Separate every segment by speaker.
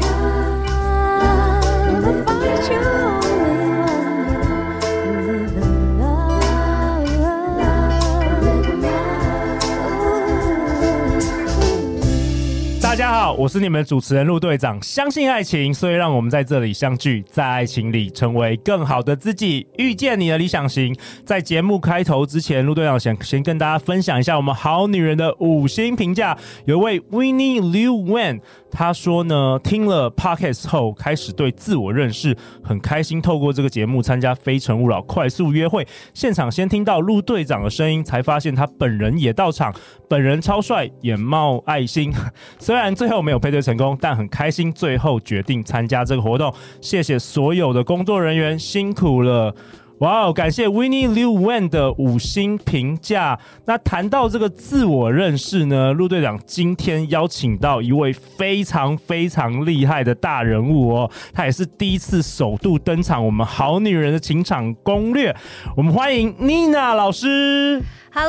Speaker 1: Love, find your only one. Live in love, live in love.
Speaker 2: 大家好，我是你们主持人陆队长。相信爱情，所以让我们在这里相聚，在爱情里成为更好的自己，遇见你的理想型。在节目开头之前，陆队长想先跟大家分享一下我们好女人的五星评价。有位 Winnie Liu Wen，她说呢，听了 Podcast 后开始对自我认识很开心，透过这个节目参加《非诚勿扰》快速约会，现场先听到陆队长的声音，才发现他本人也到场，本人超帅，眼冒爱心。 虽然最后没有配对成功，但很开心，最后决定参加这个活动。谢谢所有的工作人员，辛苦了。哇哦！感谢 Winnie Liu Wen 的五星评价。那谈到这个自我认识呢，陆队长今天邀请到一位非常非常厉害的大人物哦，他也是第一次首度登场我们《好女人的情场攻略》，我们欢迎妮娜老师。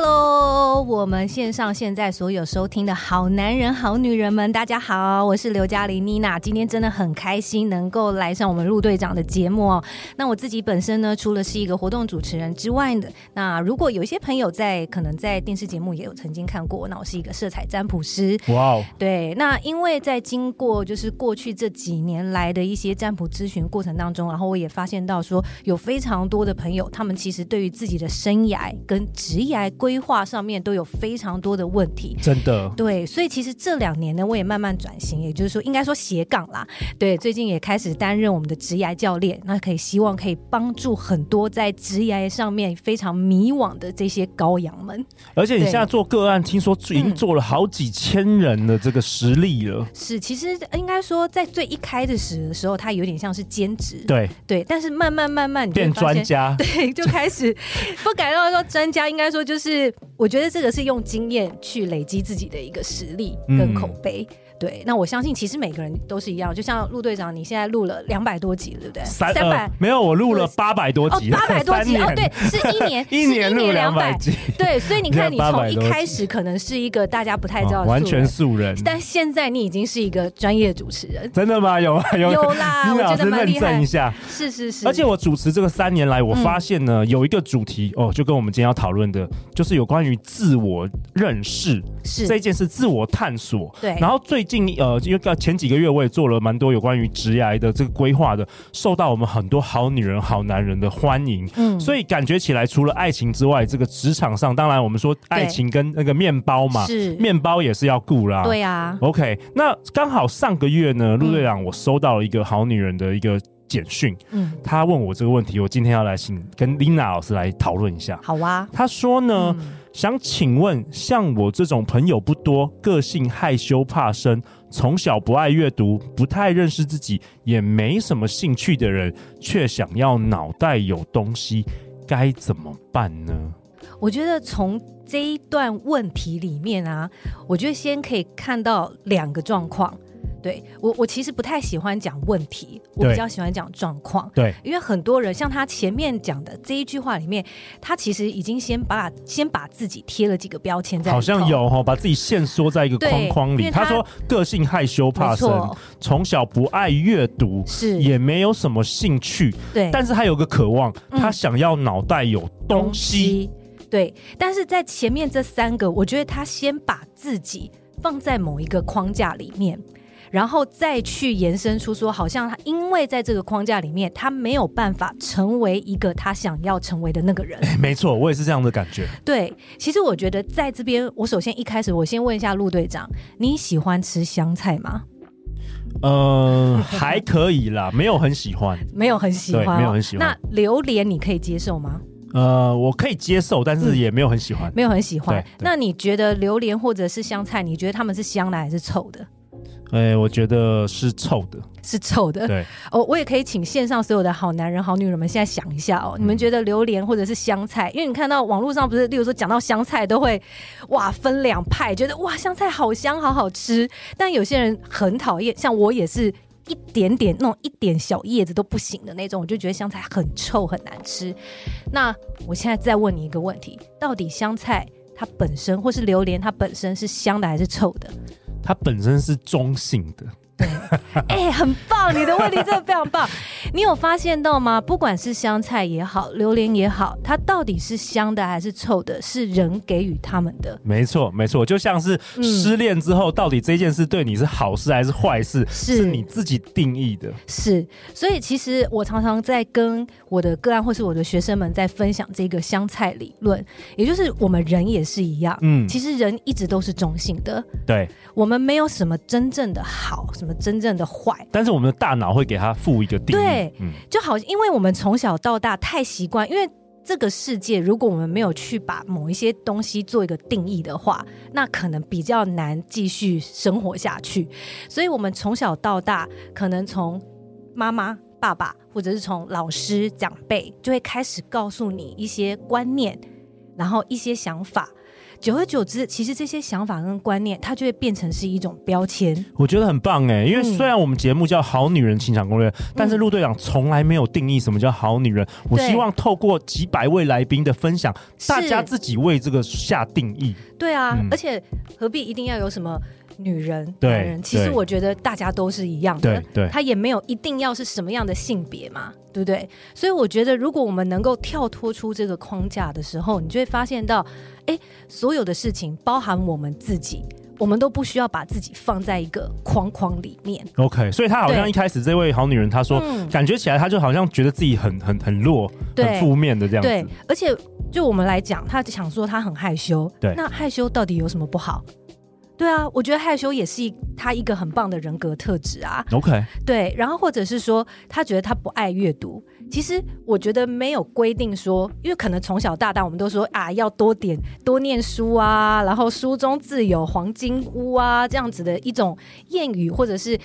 Speaker 3: Hello，我们线上现在所有收听的好男人、好女人们，大家好，我是刘嘉玲妮娜。今天真的很开心能够来上我们陆队长的节目哦。那我自己本身呢，除了是一个活动主持人之外的，那如果有一些朋友在可能在电视节目也有曾经看过，那我是一个色彩占卜师。
Speaker 2: 哇哦！
Speaker 3: 对，那因为在经过就是过去这几年来的一些占卜咨询过程当中，然后我也发现到说，有非常多的朋友，他们其实对于自己的生涯跟职业规划上面都有非常多的问题。
Speaker 2: 真的，
Speaker 3: 对，所以其实这两年呢，我也慢慢转型，也就是说，应该说斜杠啦。对，最近也开始担任我们的职涯教练，那可以希望可以帮助很多在职涯上面非常迷惘的这些羔羊们。
Speaker 2: 而且你
Speaker 3: 对
Speaker 2: 现在做个案，听说已经做了好几千人的这个实例了。
Speaker 3: 是，其实呃应该说，在最一开的时的时候，它有点像是兼职，
Speaker 2: 对，
Speaker 3: 对，但是慢慢慢慢你就会
Speaker 2: 变
Speaker 3: 发现
Speaker 2: 专，家，
Speaker 3: 对，就开始不敢让他说专家，应该说就是，我觉得这个是用经验去累积自己的一个实力跟
Speaker 2: 嗯
Speaker 3: 口碑。对，那我相信其实每个人都是一样，就像陆队长，你现在录了两百多集，对不对？
Speaker 2: 三
Speaker 3: 百、
Speaker 2: 呃没有，我录了八百多
Speaker 3: 哦
Speaker 2: 集，，
Speaker 3: 八百多集
Speaker 2: 三
Speaker 3: 哦，
Speaker 2: 年
Speaker 3: 对，，是一
Speaker 2: ，
Speaker 3: 年
Speaker 2: 一年
Speaker 3: 是
Speaker 2: 录两
Speaker 3: 两
Speaker 2: 百集，
Speaker 3: 对，所 以你
Speaker 2: 现
Speaker 3: 看，你
Speaker 2: 在800
Speaker 3: 从一
Speaker 2: 多集
Speaker 3: 开始可能是一个大家不太知
Speaker 2: 哦
Speaker 3: 道的素人、
Speaker 2: 完全素人。
Speaker 3: 但现在你已经是一个专业主持人，
Speaker 2: 真的吗？有啊，有
Speaker 3: 有啦
Speaker 2: 你
Speaker 3: 我
Speaker 2: 老
Speaker 3: 觉
Speaker 2: 师
Speaker 3: 得蛮
Speaker 2: 认
Speaker 3: 厉害
Speaker 2: 证一下。
Speaker 3: 是是是，嗯
Speaker 2: 而且我主持这个三年来，我发现呢，有一个主题哦，就跟我们今天要讨论的，就是有关于自我认识
Speaker 3: 是
Speaker 2: 这件事，自我探索。
Speaker 3: 对
Speaker 2: 然后最近呃，因为前几个月我也做了蛮多有关于职涯的这个规划的，受到我们很多好女人、好男人的欢迎。
Speaker 3: 嗯
Speaker 2: 所以感觉起来，除了爱情之外，这个职场上，当然我们说爱情跟那个面包嘛，
Speaker 3: 是
Speaker 2: 面包也是要顾啦。
Speaker 3: 对嗯啊，
Speaker 2: OK，那刚好上个月呢，陆队长我收到了一个好女人的一个简讯，
Speaker 3: 嗯，
Speaker 2: 她问我这个问题，我今天要来请跟 Lina 老师来讨论一下。
Speaker 3: 好啊，
Speaker 2: 她说呢，
Speaker 3: 嗯
Speaker 2: 想请问，像我这种朋友不多，个性害羞怕生，从小不爱阅读，不太认识自己，也没什么兴趣的人，却想要脑袋有东西，该怎么办呢？
Speaker 3: 我觉得从这一段问题里面啊，我觉得先可以看到两个状况。对我，我其实不太喜欢讲问题，我
Speaker 2: 对
Speaker 3: 比较喜欢讲状况。
Speaker 2: 对，
Speaker 3: 因为很多人像他前面讲的这一句话里面，他其实已经先把先把自己贴了几个标签在里
Speaker 2: 好
Speaker 3: 头，
Speaker 2: 像有哈、把自己限缩在一个
Speaker 3: 对
Speaker 2: 框框
Speaker 3: 因
Speaker 2: 里。
Speaker 3: 为他
Speaker 2: 他说个性害羞怕
Speaker 3: 没
Speaker 2: 生
Speaker 3: 错，
Speaker 2: 从小不爱阅读，
Speaker 3: 是
Speaker 2: 也没有什么兴趣，
Speaker 3: 对，
Speaker 2: 但是他有个渴望，
Speaker 3: 嗯
Speaker 2: 他想要脑袋有东西。。
Speaker 3: 对，但是在前面这三个，我觉得他先把自己放在某一个框架里面，然后再去延伸出说，好像他因为在这个框架里面，他没有办法成为一个他想要成为的那 个人。
Speaker 2: 哎没错，我也是这样的感觉。
Speaker 3: 对，其实我觉得在这边，我首先一开始我先问一下陆队长，你喜欢吃香菜吗？
Speaker 2: 嗯，还可以啦，没有很喜欢。
Speaker 3: 没有很喜欢哦、
Speaker 2: 对没有很喜欢
Speaker 3: 那榴莲你可以接受吗？
Speaker 2: 呃，我可以接受，但是嗯也没有很喜欢。
Speaker 3: 没有很喜欢
Speaker 2: 对。对
Speaker 3: 那你觉得榴莲或者是香菜，你觉得它们是香的还是臭的？
Speaker 2: 哎、我觉得是臭的。
Speaker 3: 是臭的。
Speaker 2: 对，
Speaker 3: 哦，我也可以请线上所有的好男人、好女人们现在想一下哦，你们觉得榴莲或者是香菜？因为你看到网络上不是，例如说讲到香菜都会哇分两派，觉得哇香菜好香，好好吃，但有些人很讨厌，像我也是。一点点弄一点小叶子都不行的那种，我就觉得香菜很臭很难吃。那我现在再问你一个问题：到底香菜它本身或是榴莲它本身是香的还是臭的？
Speaker 2: 它本身是中性的，
Speaker 3: 哎、很棒！你的问题真的非常棒。 你有发现到吗？不管是香菜也好，榴莲也好，它到底是香的还是臭的，是人给予他们的。
Speaker 2: 没错没错，就像是
Speaker 3: 嗯
Speaker 2: 失恋之后，到底这件事对你是好事还是坏事，
Speaker 3: 是
Speaker 2: 是你自己定义的。
Speaker 3: 是，所以其实我常常在跟我的个案或是我的学生们在分享这个香菜理论，也就是我们人也是一样，
Speaker 2: 嗯
Speaker 3: 嗯，其实人一直都是中性的，
Speaker 2: 对，
Speaker 3: 我们没有什么真正的好，什么真正的坏，
Speaker 2: 但是我们的大脑会给它赋一个定义。
Speaker 3: 对
Speaker 2: 嗯，
Speaker 3: 就好，因为我们从小到大太习惯，因为。这个世界，如果我们没有去把某一些东西做一个定义的话，那可能比较难继续生活下去。所以，我们从小到大，可能从妈妈、爸爸，或者是从老师、长辈，就会开始告诉你一些观念，然后一些想法。久而久之，其实这些想法跟观念，它就会变成是一种标签。
Speaker 2: 我觉得很棒哎，因为
Speaker 3: 嗯
Speaker 2: 虽然我们节目叫《好女人情场攻略》，但是陆队长从来没有定义什么叫好女人。我
Speaker 3: 对
Speaker 2: 希望透过几百位来宾的分享，
Speaker 3: 是
Speaker 2: 大家自己为这个下定义。
Speaker 3: 对啊，
Speaker 2: 嗯
Speaker 3: 而且何必一定要有什么女人、
Speaker 2: 对
Speaker 3: 男人？其实
Speaker 2: 对
Speaker 3: 我觉得大家都是一样的
Speaker 2: 对，对
Speaker 3: 他也没有一定要是什么样的性别嘛，对不对？所以我觉得，如果我们能够跳脱出这个框架的时候，你就会发现到，哎，所有的事情包含我们自己，我们都不需要把自己放在一个框框里面。
Speaker 2: OK，所以她好像
Speaker 3: 对
Speaker 2: 一开始这位好女人她说，
Speaker 3: 嗯
Speaker 2: 感觉起来她就好像觉得自己很很很弱、
Speaker 3: 对
Speaker 2: 很负面的这样
Speaker 3: 对
Speaker 2: 子。，
Speaker 3: 而且就我们来讲，他想说他很害羞，
Speaker 2: 对
Speaker 3: 那害羞到底有什么不好？对啊，我觉得害羞也是一他一个很棒的人格特质啊。
Speaker 2: OK，
Speaker 3: 对，然后或者是说他觉得他不爱阅读，其实我觉得没有规定说，因为可能从小到大我们都说啊要多点多念书啊，然后书中自有黄金屋啊这样子的一种谚语，或者是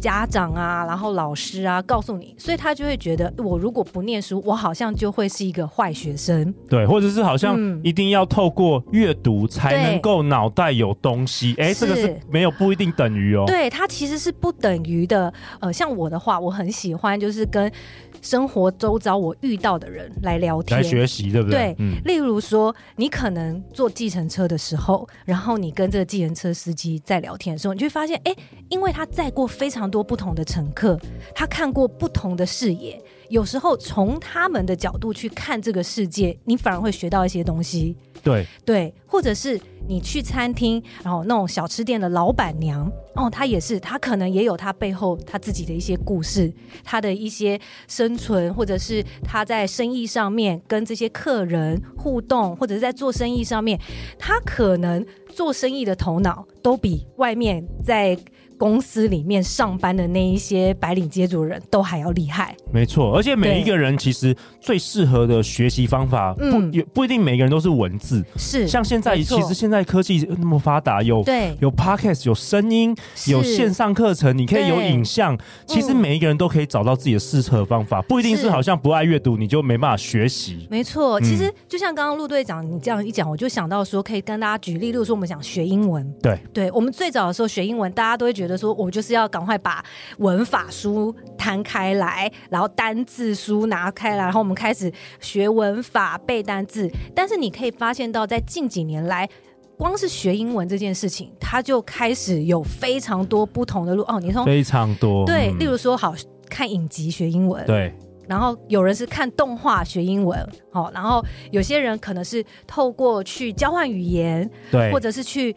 Speaker 3: 家长啊，然后老师啊告诉你，所以他就会觉得我如果不念书，我好像就会是一个坏学生。
Speaker 2: 对，或者是好像
Speaker 3: 嗯
Speaker 2: 一定要透过阅读才
Speaker 3: 对
Speaker 2: 能够脑袋有东西。哎，这个是
Speaker 3: 是
Speaker 2: 没有不一定等于哦。
Speaker 3: 对，它其实是不等于的。呃，像我的话，我很喜欢就是跟生活周遭我遇到的人来聊天，
Speaker 2: 来学习，对不对嗯
Speaker 3: 对？例如说，你可能坐计程车的时候，然后你跟这个计程车司机在聊天的时候，你就会发现，哎，因为他载过非常多不同的乘客，他看过不同的视野，有时候从他们的角度去看这个世界，你反而会学到一些东西。
Speaker 2: 对，
Speaker 3: 对，或者是你去餐厅，然后那种小吃店的老板娘，哦，她也是，她可能也有她背后她自己的一些故事，她的一些生存，或者是她在生意上面跟这些客人互动，或者是在做生意上面，她可能做生意的头脑都比外面在。公司里面上班的那一些白领接触人都还要厉害，
Speaker 2: 没错，而且每
Speaker 3: 对
Speaker 2: 一个人其实最适合的学习方法不、
Speaker 3: 嗯
Speaker 2: 也不一定每个人都是文字，
Speaker 3: 是
Speaker 2: 像现在
Speaker 3: 没错
Speaker 2: 其实现在科技那么发达，有
Speaker 3: 对
Speaker 2: 有 podcast，有声音，
Speaker 3: 是
Speaker 2: 有线上课程，你可以
Speaker 3: 对
Speaker 2: 有影像，其实每一个人都可以找到自己的适合方法，不一定是
Speaker 3: 嗯是
Speaker 2: 好像不爱阅读你就没办法学习。
Speaker 3: 没错，其
Speaker 2: 嗯
Speaker 3: 实就像刚刚陆队长你这样一讲，我就想到说，可以跟大家举例，例如说我们想学英文，
Speaker 2: 对，
Speaker 3: 对我们最早的时候学英文，大家都会觉得说，我就是要赶快把文法书摊开来，然后单字书拿开来，然后我们开始学文法、背单字。但是你可以发现到，在近几年来。光是学英文这件事情，它就开始有非常多不同的路哦。你从
Speaker 2: 非常多。
Speaker 3: 对，
Speaker 2: 嗯
Speaker 3: 例如说好看影集学英文，
Speaker 2: 对
Speaker 3: 然后有人是看动画学英文，好、然后有些人可能是透过去交换语言，
Speaker 2: 对，
Speaker 3: 或者是去。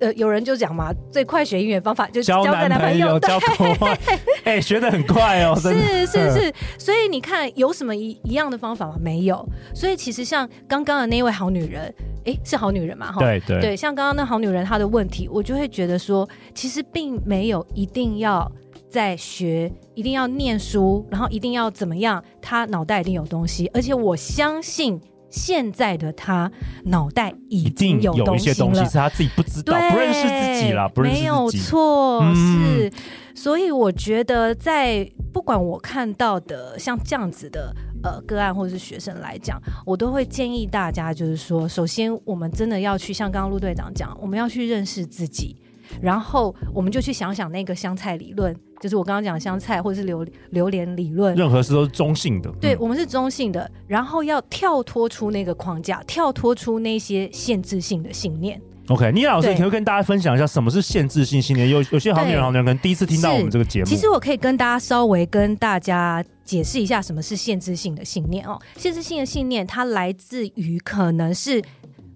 Speaker 3: 呃，有人就讲嘛，最快学英语的方法就是
Speaker 2: 交
Speaker 3: 交个
Speaker 2: 男
Speaker 3: 男
Speaker 2: 朋
Speaker 3: 朋
Speaker 2: 友
Speaker 3: 友，对
Speaker 2: 交国外， 哎、学的很快哦，真的。
Speaker 3: 是是是，所以你看有什么一一样的方法吗？没有。所以其实像刚刚的那位好女人，诶，是好女人嘛？哈，
Speaker 2: 对对
Speaker 3: 哦对，像刚刚那好女人她的问题，我就会觉得说，其实并没有一定要在学，一定要念书，然后一定要怎么样，她脑袋一定有东西，而且我相信现在的她脑袋
Speaker 2: 一
Speaker 3: 已
Speaker 2: 定
Speaker 3: 经有
Speaker 2: 有一些东西
Speaker 3: 了
Speaker 2: 是。他自己不知道、
Speaker 3: 对，嗯
Speaker 2: 不认识自己啦，不认识
Speaker 3: 没有
Speaker 2: 自己。
Speaker 3: 错，
Speaker 2: 嗯
Speaker 3: 是。所以我觉得，在不管我看到的像这样子的呃个案或者是学生来讲，我都会建议大家，就是说，首先我们真的要去像刚刚陆队长讲，我们要去认识自己，然后我们就去想想那个香菜理论就是我刚刚讲的香菜或是榴榴莲理论，
Speaker 2: 任何事都是中性的。
Speaker 3: 对
Speaker 2: 嗯
Speaker 3: 我们是中性的，然后要跳脱出那个框架，跳脱出那些限制性的信念。
Speaker 2: ，OK，倪老师，
Speaker 3: 对
Speaker 2: 你可以跟大家分享一下什么是限制性信念？有有些好女人、
Speaker 3: 对
Speaker 2: 好男人可能第一次听到我们这个节目，
Speaker 3: 其实我可以跟大家稍微跟大家解释一下什么是限制性的信念哦。限制性的信念，它来自于可能是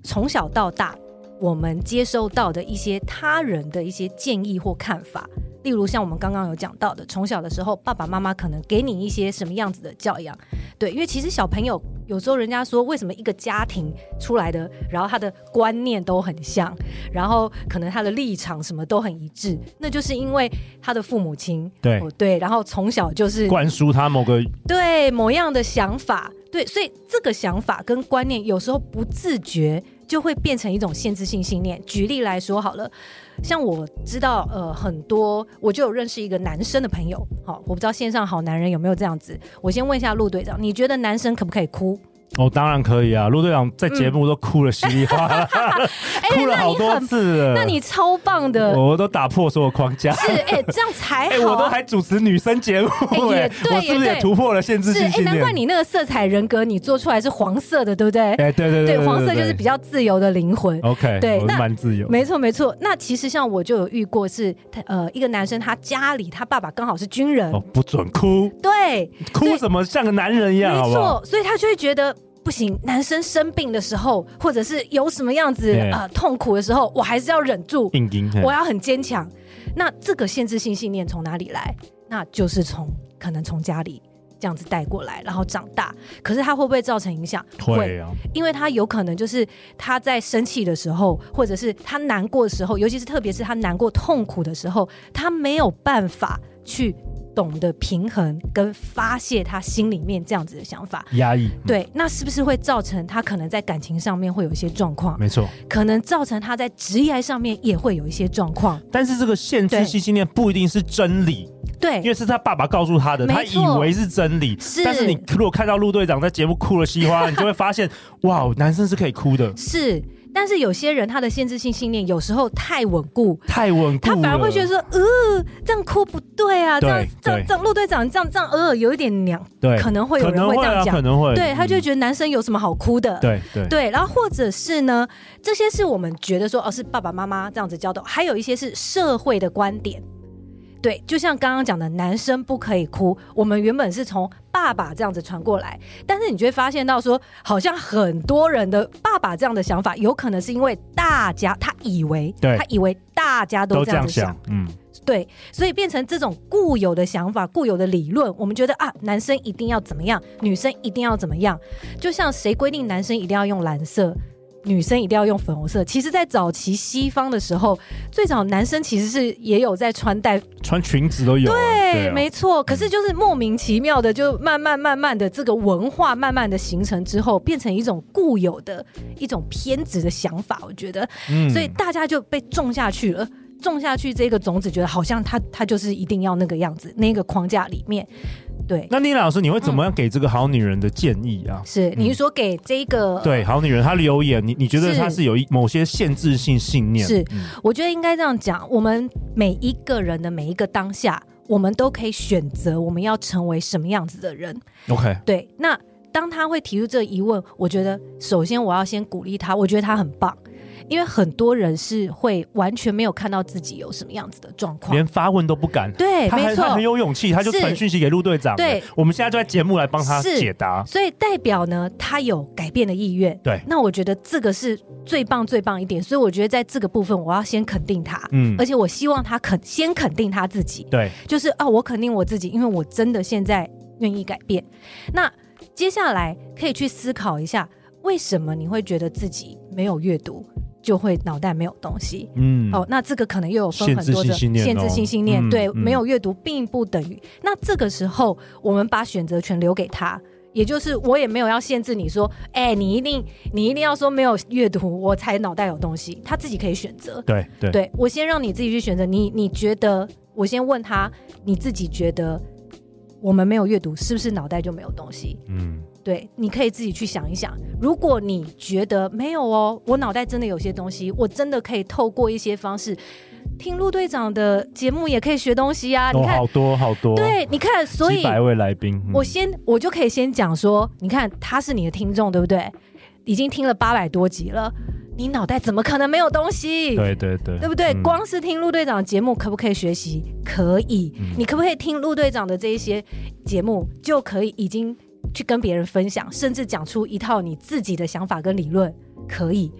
Speaker 3: 从小到大我们接收到的一些他人的一些建议或看法。例如像我们刚刚有讲到的，从小的时候，爸爸妈妈可能给你一些什么样子的教养，对，因为其实小朋友有时候人家说，为什么一个家庭出来的，然后他的观念都很像，然后可能他的立场什么都很一致，那就是因为他的父母亲
Speaker 2: 对
Speaker 3: 哦对，然后从小就是
Speaker 2: 灌输他某个
Speaker 3: 对某样的想法，对，所以这个想法跟观念有时候不自觉就会变成一种限制性信念。举例来说好了，像我知道呃很多，我就有认识一个男生的朋友，好、我不知道线上好男人有没有这样子。我先问一下陆队长，你觉得男生可不可以哭？
Speaker 2: 哦，当然可以啊。陆队长在节目都哭了稀里哗啦，
Speaker 3: 哎
Speaker 2: 哭了好多次了。
Speaker 3: 那你超棒的，
Speaker 2: 我都打破所有框架。
Speaker 3: 是哎、这样才
Speaker 2: 哎、
Speaker 3: 好
Speaker 2: 我
Speaker 3: 啊、
Speaker 2: 都还主持女生节目、
Speaker 3: 也
Speaker 2: 哎、
Speaker 3: 对
Speaker 2: 我是不是也
Speaker 3: 也对
Speaker 2: 突破了限制
Speaker 3: 是
Speaker 2: 性
Speaker 3: 哎、
Speaker 2: 信念？
Speaker 3: 难怪你那个色彩人格，你做出来是黄色的，对不对？
Speaker 2: 哎、对对对
Speaker 3: 黄色就是
Speaker 2: 对哦
Speaker 3: 比较自由的灵魂。
Speaker 2: OK，
Speaker 3: 对
Speaker 2: 我
Speaker 3: 那
Speaker 2: 蛮自由。
Speaker 3: 没错，没错。那其实像我就有遇过是，他呃一个男生，他家里他爸爸刚好是军人，
Speaker 2: 哦，不准哭，
Speaker 3: 对，
Speaker 2: 哭什么像个男人一样，好
Speaker 3: 没
Speaker 2: 不好？
Speaker 3: 错，所以他就会觉得。不行，男生生病的时候，或者是有什么样子
Speaker 2: 对
Speaker 3: 呃痛苦的时候，我还是要忍住，
Speaker 2: 硬硬，嘿
Speaker 3: 我要很坚强。那这个限制性信念从哪里来？那就是从可能从家里这样子带过来，然后长大。可是他会不会造成影响？
Speaker 2: 会啊，
Speaker 3: 因为他有可能就是他在生气的时候，或者是他难过的时候，尤其是特别是他难过痛苦的时候，他没有办法去懂得平衡跟发泄他心里面这样子的想法。
Speaker 2: 压抑，
Speaker 3: 对，那是不是会造成他可能在感情上面会有一些状况
Speaker 2: 嗯，？没错。
Speaker 3: 可能造成他在职业上面也会有一些状况。
Speaker 2: 但是这个限制性信念不一定是真理，因
Speaker 3: 对，
Speaker 2: 为是他爸爸告诉他的，
Speaker 3: 没
Speaker 2: 他以
Speaker 3: 错
Speaker 2: 为是真理。
Speaker 3: 是
Speaker 2: 但是你如果看到陆队长在节目哭了稀里哗啦，你就会 发现，哇，男生是可以哭的，
Speaker 3: 是。但是有些人他的限制性信念有时候太稳固，
Speaker 2: 太稳固
Speaker 3: 他
Speaker 2: 了。
Speaker 3: 反而会觉得说，呃，这样哭不对啊，这
Speaker 2: 对
Speaker 3: 样这样
Speaker 2: 对
Speaker 3: 这样，陆队长这样这样，呃，有一点娘，
Speaker 2: 对，
Speaker 3: 可能会有
Speaker 2: 可能
Speaker 3: 人会这样
Speaker 2: 啊可
Speaker 3: 讲，
Speaker 2: 能会，
Speaker 3: 对，他就会
Speaker 2: 嗯
Speaker 3: 觉得男生有什么好哭的，
Speaker 2: 对对
Speaker 3: 对，然后或者是呢，这些是我们觉得说哦是爸爸妈妈这样子教导，还有一些是社会的观点。对，就像刚刚讲的，男生不可以哭，我们原本是从爸爸这样子传过来，但是你就会发现到说，好像很多人的爸爸这样的想法，有可能是因为大家他以为，
Speaker 2: 对
Speaker 3: 他以为大家都
Speaker 2: 都
Speaker 3: 这
Speaker 2: 这
Speaker 3: 样
Speaker 2: 样
Speaker 3: 子想，
Speaker 2: 想，嗯，
Speaker 3: 对，所以变成这种固有的想法、固有的理论，我们觉得啊，男生一定要怎么样，女生一定要怎么样，就像谁规定男生一定要用蓝色，女生一定要用粉红色？其实，在早期西方的时候，最早男生其实是也有在穿戴，
Speaker 2: 穿裙子都有啊，对
Speaker 3: 对，
Speaker 2: 啊
Speaker 3: 没错。可是就是莫名其妙的，就慢慢慢慢的这个文化慢慢的形成之后，变成一种固有的一种偏执的想法，我觉得。
Speaker 2: 嗯
Speaker 3: 所以大家就被种下去了。种下去这个种子，觉得好像他他就是一定要那个样子，那个框架里面，对，
Speaker 2: 那妮老师，你会怎么样给这个好女人的建议啊？
Speaker 3: 是你是说给这个，
Speaker 2: 对，好女人她留言，你你觉得
Speaker 3: 是
Speaker 2: 她是有一某些限制性信念？
Speaker 3: 是
Speaker 2: 嗯
Speaker 3: 我觉得应该这样讲，我们每一个人的每一个当下，我们都可以选择我们要成为什么样子的人，
Speaker 2: ，OK，
Speaker 3: 对，那当他会提出这疑问，我觉得首先我要先鼓励他，我觉得他很棒，因为很多人是会完全没有看到自己有什么样子的状况，
Speaker 2: 连发问都不敢，
Speaker 3: 对，
Speaker 2: 她
Speaker 3: 哎没
Speaker 2: 很
Speaker 3: 错，
Speaker 2: 她很有勇气，她就是传讯息给陆队长。
Speaker 3: 对
Speaker 2: 哎我们现在就在节目来帮她
Speaker 3: 是
Speaker 2: 解答。
Speaker 3: 所以代表呢，他有改变的意愿。
Speaker 2: 对
Speaker 3: 那我觉得这个是最棒最棒一点，所以我觉得在这个部分，我要先肯定他，
Speaker 2: 嗯
Speaker 3: 而，且我希望他肯先肯定他自己，
Speaker 2: 对，
Speaker 3: 就是啊，我肯定我自己，因为我真的现在愿意改变。那接下来可以去思考一下，为什么你会觉得自己没有阅读，就会脑袋没有东西？
Speaker 2: 嗯，
Speaker 3: 哦，那这个可能又有分很多
Speaker 2: 限制
Speaker 3: 的
Speaker 2: 性信念哦
Speaker 3: 限制性信念，
Speaker 2: 嗯
Speaker 3: 对，
Speaker 2: 嗯
Speaker 3: 没有阅读并不等于。那这个时候，我们把选择权留给他，也就是我也没有要限制你说，哎、你一定你一定要说没有阅读我才脑袋有东西，他自己可以选择。
Speaker 2: 对对
Speaker 3: 对我先让你自己去选择，你你觉得，我先问他，你自己觉得我们没有阅读是不是脑袋就没有东西？
Speaker 2: 嗯，
Speaker 3: 对，你可以自己去想一想。如果你觉得没有哦，我脑袋真的有些东西，我真的可以透过一些方式听陆队长的节目也可以学东西啊。你
Speaker 2: 哦，
Speaker 3: 看
Speaker 2: 好，多好多，
Speaker 3: 对，你看，所以
Speaker 2: 几百位来宾，嗯
Speaker 3: 我先我就可以先讲说，你看他是你的听众，对不对？已经听了八百多集了，你脑袋怎么可能没有东西？
Speaker 2: 对对对，
Speaker 3: 对不对？
Speaker 2: 嗯
Speaker 3: 光是听陆队长节目，可不可以学习？可以。
Speaker 2: 嗯
Speaker 3: 你可不可以听陆队长的这一些节目，就可以已经去跟别人分享，甚至讲出一套你自己的想法跟理论？可以。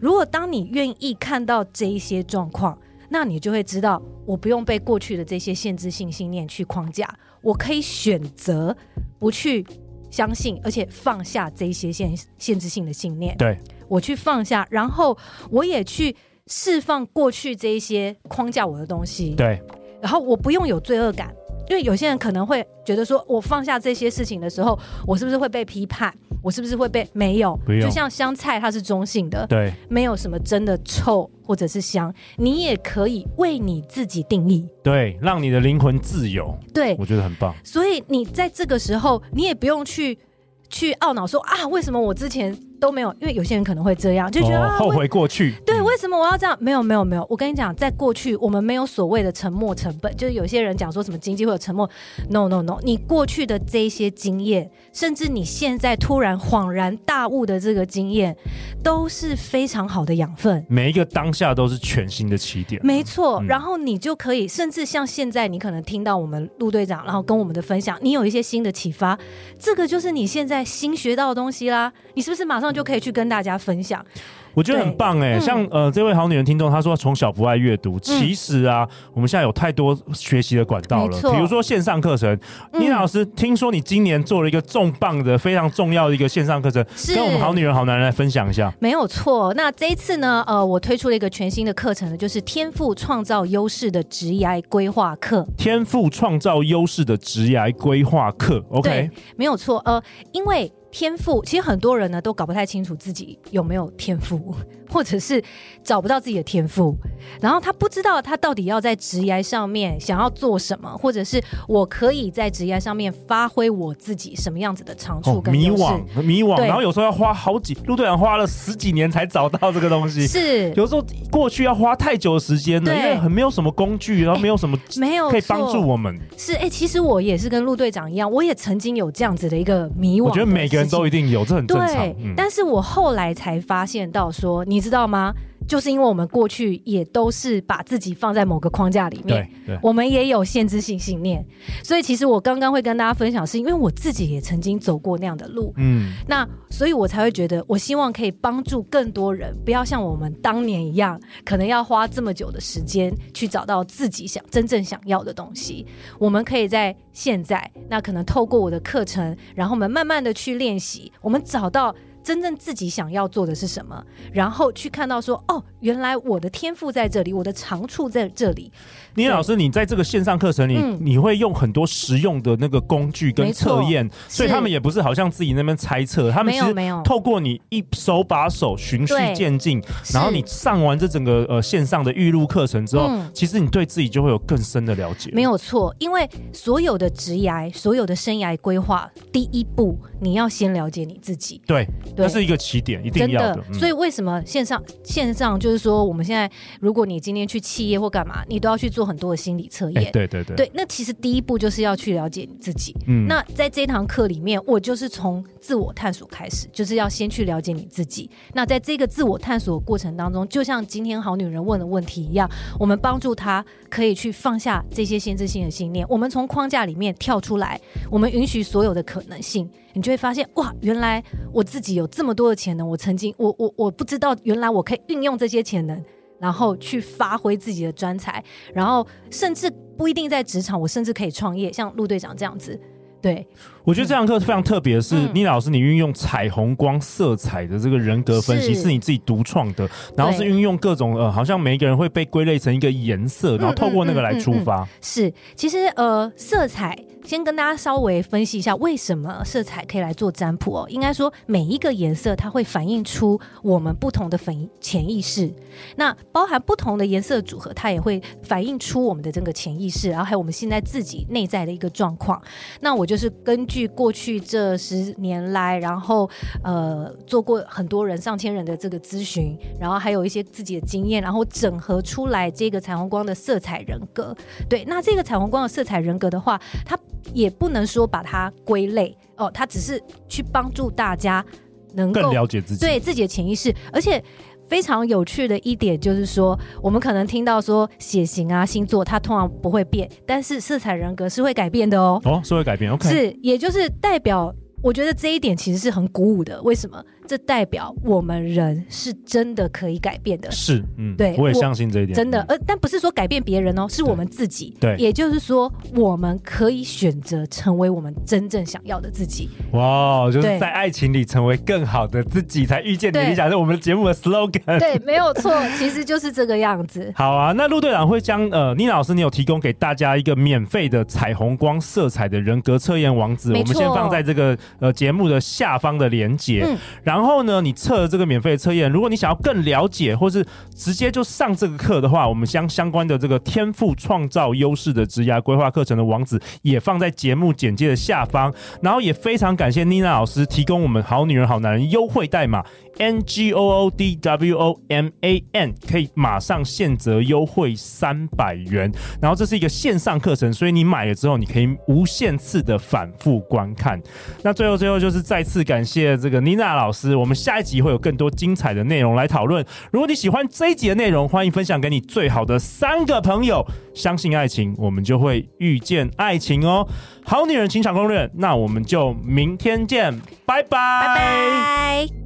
Speaker 3: 如果当你愿意看到这一些状况，那你就会知道，我不用被过去的这些限制性信念去框架，我可以选择不去相信，而且放下这一些限限制性的信念。
Speaker 2: 对，
Speaker 3: 我去放下，然后我也去释放过去这一些框架我的东西，
Speaker 2: 对，
Speaker 3: 然后我不用有罪恶感，因为有些人可能会觉得说，我放下这些事情的时候，我是不是会被批判？我是不是会被没有
Speaker 2: 不？用
Speaker 3: 就像香菜，它是中性的，
Speaker 2: 对，
Speaker 3: 没有什么真的臭或者是香，你也可以为你自己定义。
Speaker 2: 对，让你的灵魂自由，
Speaker 3: 对，
Speaker 2: 我觉得很棒。
Speaker 3: 所以你在这个时候，你也不用去去懊恼说啊，为什么我之前都没有？因为有些人可能会这样，就觉得、啊，
Speaker 2: 哦后
Speaker 3: 为
Speaker 2: 悔过去，
Speaker 3: 对，为什么我要这样？没有，没有，没有。我跟你讲，在过去我们没有所谓的沉没成本，就是有些人讲说什么经济会有沉没，no no no。你过去的这一些经验，甚至你现在突然恍然大悟的这个经验，都是非常好的养分。
Speaker 2: 每一个当下都是全新的起点。
Speaker 3: 没错，
Speaker 2: 嗯
Speaker 3: 然后你就可以，甚至像现在，你可能听到我们陆队长，然后跟我们的分享，你有一些新的启发，这个就是你现在新学到的东西啦。你是不是马上就可以去跟大家分享？
Speaker 2: 我觉得
Speaker 3: 对
Speaker 2: 很棒哎、
Speaker 3: 嗯
Speaker 2: 像呃这位好女人听众，她说她从小不爱阅读，其实啊，我们现在有太多学习的管道
Speaker 3: 没
Speaker 2: 了，
Speaker 3: 错嗯
Speaker 2: 比如说线上课程。妮娜老师，听说你今年做了一个重磅的、非常重要的一个线上课程，
Speaker 3: 是
Speaker 2: 跟我们好女人、好男人来分享一下。
Speaker 3: 没有错。那这一次呢，呃，我推出了一个全新的课程呢，就是天赋创造优势的职业规划课。
Speaker 2: 天赋创造优势的职涯规划课，OK，
Speaker 3: 对，没有错。呃，因为天赋，其实很多人呢都搞不太清楚自己有没有天赋， 或者是找不到自己的天赋，然后他不知道他到底要在职业上面想要做什么，或者是我可以在职业上面发挥我自己什么样子的长处
Speaker 2: 哦，
Speaker 3: 跟
Speaker 2: 迷
Speaker 3: 优势。
Speaker 2: 惘，迷惘，
Speaker 3: 对
Speaker 2: 然后有时候要花好几，陆队长花了十几年才找到这个东西，
Speaker 3: 是
Speaker 2: 有时候过去要花太久的时间了，
Speaker 3: 对
Speaker 2: 因为很没有什么工具，然后没有什么
Speaker 3: 没有
Speaker 2: 可以帮
Speaker 3: 错
Speaker 2: 助我们。
Speaker 3: 是，哎、其实我也是跟陆队长一样，我也曾经有这样子的一个迷惘。
Speaker 2: 我觉得每个人都一
Speaker 3: 有。
Speaker 2: 定有，这很正常
Speaker 3: 对。，
Speaker 2: 嗯
Speaker 3: 但是我后来才发现到说，你知道吗？就是因为我们过去也都是把自己放在某个框架里面
Speaker 2: 对，对
Speaker 3: 我们也有限制性信念，所以其实我刚刚会跟大家分享，是因为我自己也曾经走过那样的路，
Speaker 2: 嗯，
Speaker 3: 那所以我才会觉得，我希望可以帮助更多人，不要像我们当年一样，可能要花这么久的时间去找到自己想真正想要的东西。我们可以在现在，那可能透过我的课程，然后我们慢慢的去练习，我们找到。真正自己想要做的是什么，然后去看到说，哦，原来我的天赋在这里，我的长处在这里，
Speaker 2: 聂老师，你在这个线上课程里，
Speaker 3: 嗯
Speaker 2: 你会用很多实用的那个工具跟
Speaker 3: 没错
Speaker 2: 测验，所以
Speaker 3: 是
Speaker 2: 他们也不是好像自己那边猜测，他们
Speaker 3: 没
Speaker 2: 其
Speaker 3: 有
Speaker 2: 实
Speaker 3: 没有
Speaker 2: 透过你一手把手循序
Speaker 3: 对
Speaker 2: 渐进，
Speaker 3: 是
Speaker 2: 然后你上完这整个呃线上的预录课程之后，
Speaker 3: 嗯
Speaker 2: 其实你对自己就会有更深的了解。
Speaker 3: 没有错，因为所有的职涯、所有的生涯规划，第一步你要先了解你自己，
Speaker 2: 对，
Speaker 3: 对
Speaker 2: 那是一个起点，一定
Speaker 3: 真
Speaker 2: 要
Speaker 3: 的
Speaker 2: 的。。嗯
Speaker 3: 所以为什么线上线上就是说，我们现在如果你今天去企业或干嘛，你都要去做很多的心理测
Speaker 2: 哎
Speaker 3: 验。
Speaker 2: 对对对，
Speaker 3: 对，那其实第一步就是要去了解你自己。
Speaker 2: 嗯
Speaker 3: 那在这堂课里面，我就是从自我探索开始，就是要先去了解你自己。那在这个自我探索的过程当中，就像今天好女人问的问题一样，我们帮助她可以去放下这些限制性的信念，我们从框架里面跳出来，我们允许所有的可能性，你就会发现哇，原来我自己有这么多的潜能，我曾经我我我不知道，原来我可以运用这些潜能。然后去发挥自己的专才，然后甚至不一定在职场，我甚至可以创业，像陆队长这样子，对，
Speaker 2: 我觉得这堂课非常特别，是
Speaker 3: 嗯
Speaker 2: 妮娜老师你运用彩虹光色彩的这个人格分析，
Speaker 3: 是
Speaker 2: 是你自己独创的，然后是
Speaker 3: 对
Speaker 2: 运用各种呃，好像每一个人会
Speaker 3: 嗯
Speaker 2: 被归类成一个颜色，然后透过那个来出发。
Speaker 3: 是，其实呃，色彩先跟大家稍微分析一下，为什么色彩可以来做占卜哦？应该说，每一个颜色它会反映出我们不同的潜潜意识，那包含不同的颜色组合，它也会反映出我们的这个潜意识，然后还有我们现在自己内在的一个状况。那我就是根据过去这十年来，然后呃做过很多人上千人的这个咨询，然后还有一些自己的经验，然后整合出来这个彩虹光的色彩人格。对，那这个彩虹光的色彩人格的话，它也不能说把它归类哦，它只是去帮助大家能
Speaker 2: 更
Speaker 3: 够
Speaker 2: 了解自己。
Speaker 3: 对自己的潜意识，而且。非常有趣的一点就是说，我们可能听到说血型啊、星座，它通常不会变，但是色彩人格是会改变的哦。
Speaker 2: 哦，社会改变，OK，
Speaker 3: 是，也就是代表，我觉得这一点其实是很鼓舞的。为什么？这代表我们人是真的可以改变的，
Speaker 2: 是，嗯，
Speaker 3: 对
Speaker 2: 我也
Speaker 3: 我
Speaker 2: 相信这一点，
Speaker 3: 真的。
Speaker 2: 嗯
Speaker 3: 呃，但不是说改变别人哦，是我们自己。
Speaker 2: 对
Speaker 3: 也就是说，我们可以选择成为我们真正想要的自己。
Speaker 2: 哇，就是
Speaker 3: 对
Speaker 2: 在爱情里成为更好的自己，才遇见你的
Speaker 3: 对
Speaker 2: 理想，是我们节目的 slogan。
Speaker 3: 对，没有错，其实就是这个样子。
Speaker 2: 好啊，那陆队长会将呃，妮娜老师，你有提供给大家一个免费的彩虹光色彩的人格测验网址，我
Speaker 3: 没
Speaker 2: 们
Speaker 3: 错
Speaker 2: 先放在这个呃节目的下方的连接。
Speaker 3: 嗯
Speaker 2: 然后呢，你测了这个免费的测验，如果你想要更了解，或是直接就上这个课的话，我们将相关的这个天赋创造优势的职涯规划课程的网址也放在节目简介的下方。然后也非常感谢妮娜老师提供我们好女人好男人优惠代码 N G O O D W O M A N，可以马上现折优惠三百元。然后这是一个线上课程，所以你买了之后，你可以无限次的反复观看。那最后最后就是再次感谢这个妮娜老师，我们下一集会有更多精彩的内容来讨论。如果你喜欢这一集的内容，欢迎分享给你最好的三个朋友。相信爱情，我们就会遇见爱情哦。好女人情场攻略，那我们就明天见，拜拜
Speaker 3: 拜拜。